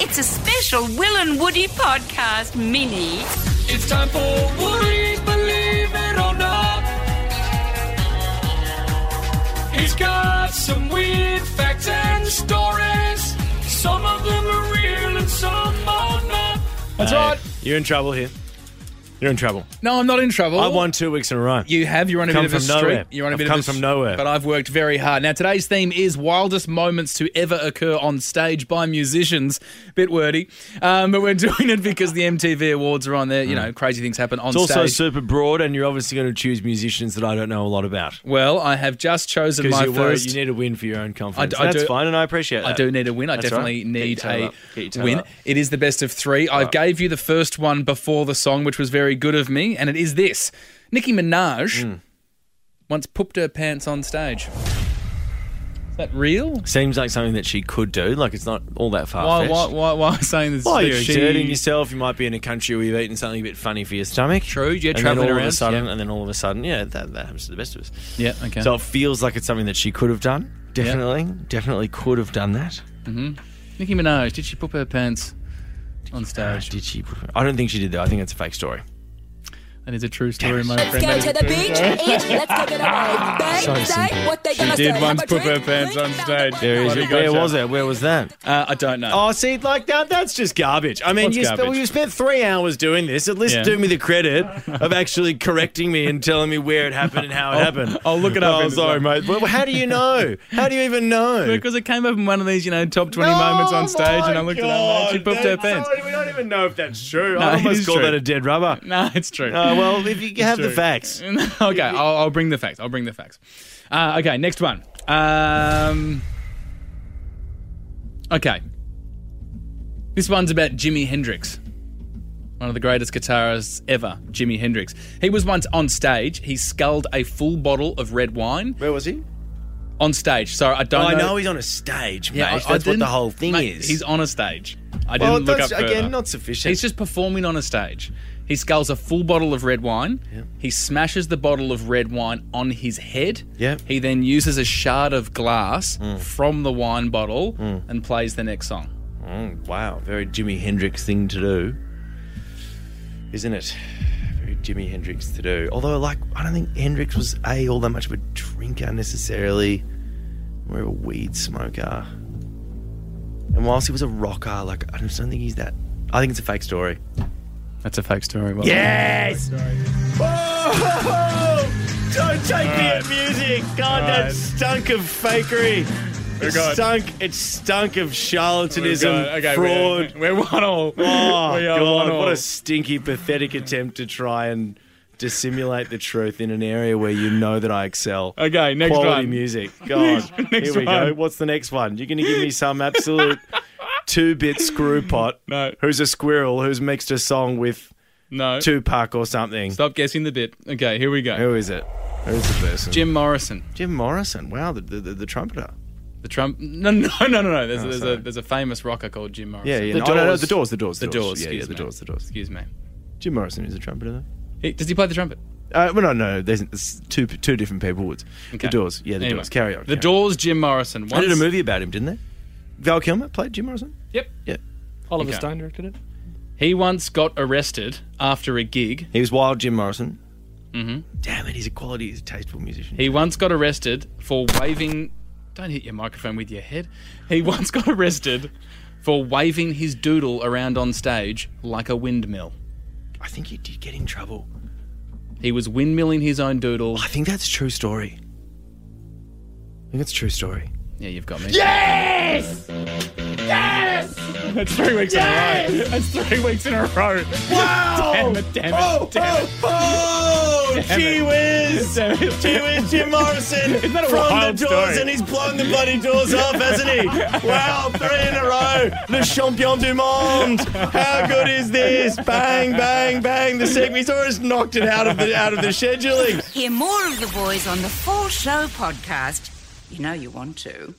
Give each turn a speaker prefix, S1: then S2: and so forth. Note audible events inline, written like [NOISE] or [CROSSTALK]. S1: It's a special Will and Woody podcast mini.
S2: It's time for Woody's Believe It or Not. He's got some weird facts and stories. Some of them are real and some are not.
S3: That's right.
S4: You're in trouble here. You're in trouble.
S3: No, I'm not in trouble.
S4: I won two weeks in a row.
S3: You have. You're on a
S4: Come
S3: bit of a
S4: from nowhere.
S3: streak. You're on a
S4: I've
S3: bit
S4: come
S3: of a
S4: from
S3: s-
S4: nowhere.
S3: But I've worked very hard. Now today's theme is wildest moments to ever occur on stage by musicians. Bit wordy, um, but we're [LAUGHS] doing it because the MTV Awards are on there. You know, crazy things happen on
S4: Hmm. it's also
S3: stage.
S4: super broad, and you're obviously going to choose musicians that I don't know a lot about.
S3: well, I have just chosen
S4: Because
S3: my
S4: you were,
S3: first.
S4: you need a win for your own confidence.
S3: I do-
S4: That's fine, and I appreciate that.
S3: I do need a win. I
S4: That's
S3: definitely
S4: right. Get your
S3: need
S4: tail
S3: a
S4: up. Get your tail
S3: win.
S4: up.
S3: It is the best of three. I gave you the first one before the song, which was very good of me, and it is this: Nicki Minaj
S4: Hmm.
S3: once pooped her pants on stage. Is that real?
S4: Seems like something that she could do. Like it's not all that far
S3: Why,
S4: fetched.
S3: why, why, why am I saying this?
S4: Well,
S3: that
S4: you're
S3: she-
S4: exerting yourself. You might be in a country where you've eaten something a bit funny for your stomach.
S3: True, you're
S4: and
S3: travelling
S4: then all Of
S3: around,
S4: a sudden, And then all of a sudden, yeah, that, that happens to the best of us.
S3: Yeah, okay.
S4: So it feels like it's something that she could have done. Definitely, definitely could have done that.
S3: Nicki Minaj, did she poop her pants on stage?
S4: Did she? I don't think she did though. I think it's a fake story.
S3: That is a true story, my
S5: Let's
S3: friend.
S5: go
S3: That is
S5: to
S3: a
S5: the
S3: true
S5: beach,
S3: story.
S5: eat, let's take it away. They say what they gonna
S3: did
S5: say.
S3: once
S5: Have a
S3: put
S5: drink,
S3: her pants
S5: drink
S3: on
S5: down
S3: stage.
S5: the
S3: There
S5: bottom.
S3: is
S4: Where
S3: it. Gotcha.
S4: was it? Where was that?
S3: Uh, I don't know.
S4: Oh, see, like that, that's just garbage. I mean,
S3: What's
S4: you, sp-
S3: garbage?
S4: you spent three hours doing this. At least
S3: Yeah.
S4: do me the credit of actually correcting me and telling me where it happened and how it happened.
S3: I'll look it
S4: Oh,
S3: up in-
S4: sorry, mate. Well, how do you know? How do you even know? Oh
S3: Because it came up in one of these, you know, top 20 moments on stage, and I looked at her and she pooped her pants.
S4: We don't even know if that's true.
S3: No,
S4: I
S3: it
S4: almost
S3: is
S4: call
S3: true.
S4: that a dead rubber.
S3: No, it's true. [LAUGHS]
S4: Uh, well, if you have the
S3: true. [LAUGHS]
S4: facts.
S3: okay, I'll, I'll bring the facts. I'll bring the facts. Uh, okay, next one. Um, okay. This one's about Jimi Hendrix, one of the greatest guitarists ever, Jimi Hendrix. He was once on stage. He sculled a full bottle of red wine
S4: Where was he?
S3: on stage. So I don't
S4: I
S3: know.
S4: know he's on a stage, mate.
S3: Yeah, I- I
S4: that's what the
S3: didn't-
S4: whole thing
S3: mate,
S4: is.
S3: He's on a stage. I
S4: well,
S3: didn't look up
S4: that's,
S3: further.
S4: again, not sufficient.
S3: He's just performing on a stage. He sculls a full bottle of red wine. He smashes the bottle of red wine on his head.
S4: Yeah.
S3: He then uses a shard of glass from the wine bottle and plays the next song.
S4: Mm, wow, very Jimi Hendrix thing to do, isn't it? Very Jimi Hendrix to do. Although, like, I don't think Hendrix was a all that much of a drinker necessarily, more of a weed smoker. And whilst he was a rocker, like, I just don't think he's that. I think it's a fake story.
S3: That's a fake story. Well,
S4: Yes! Whoa! Don't take me at music. God, that
S3: right.
S4: stunk of fakery. It
S3: got-
S4: stunk. It stunk of
S3: We've
S4: charlatanism,
S3: got- okay,
S4: fraud.
S3: We're, we're one all.
S4: Oh,
S3: we are
S4: God,
S3: one all.
S4: what a stinky, pathetic attempt to try and dissimulate the truth in an area where you know that I excel.
S3: Okay, next
S4: Quality
S3: one. [LAUGHS]
S4: music. God,
S3: next
S4: here we go.
S3: one.
S4: What's the next one? You're going to give me some
S3: [LAUGHS]
S4: absolute two-bit screw pot
S3: No.
S4: who's a squirrel who's mixed a song with
S3: no.
S4: Tupac or something.
S3: Stop guessing the bit. Okay, here we go.
S4: Who is it? Who's the person?
S3: Jim Morrison.
S4: Jim Morrison. Wow, the, the, the, the trumpeter.
S3: The Trump. No, no, no, no, no. There's, there's, a,
S4: Oh, sorry.
S3: there's a famous rocker called Jim Morrison.
S4: Yeah, yeah.
S3: The
S4: no, no, no,
S3: Doors.
S4: the doors, the doors.
S3: The doors.
S4: Yeah,
S3: excuse
S4: yeah, the
S3: me.
S4: doors, the doors.
S3: Excuse me.
S4: Jim Morrison is a trumpeter, though.
S3: He, does he play the trumpet?
S4: Uh, well, no, no, there's, there's two two different people. Woods, the
S3: Okay.
S4: Doors, yeah, the
S3: Anyway.
S4: Doors. Carry on.
S3: The
S4: carry on.
S3: Doors, Jim Morrison. Once,
S4: I did a movie about him, didn't they? Val Kilmer played Jim Morrison.
S3: Yep.
S4: Yeah,
S6: Oliver
S3: Okay.
S6: Stone directed it.
S3: He once got arrested after a gig.
S4: he was wild Jim Morrison. Mm-hmm. Damn it, he's a quality, he's a tasteful musician.
S3: He once got arrested for waving. Don't hit your microphone with your head. He [LAUGHS] once got arrested for waving his doodle around on stage like a windmill.
S4: I think he did get in trouble.
S3: He was windmilling his own doodle.
S4: I think that's a true story. I think it's a true story.
S3: Yeah, you've got me. Yes! Yes! That's three weeks in a row. That's three weeks in a row.
S4: Wow!
S3: Damn it, damn it, damn it.
S4: oh,
S3: Damn it.
S4: whiz!
S3: Damn it.
S4: Gee whiz, Jim
S3: [LAUGHS]
S4: Morrison from
S3: that a wild
S4: the doors,
S3: story?
S4: and he's blown the bloody
S3: [LAUGHS]
S4: doors off, hasn't he? Wow, three in a row. Le champion du monde. How good is this? Bang, bang, bang. The segment's always knocked it out of the out of the scheduling.
S1: Hear more of the boys on the Full Show podcast. You know you want to.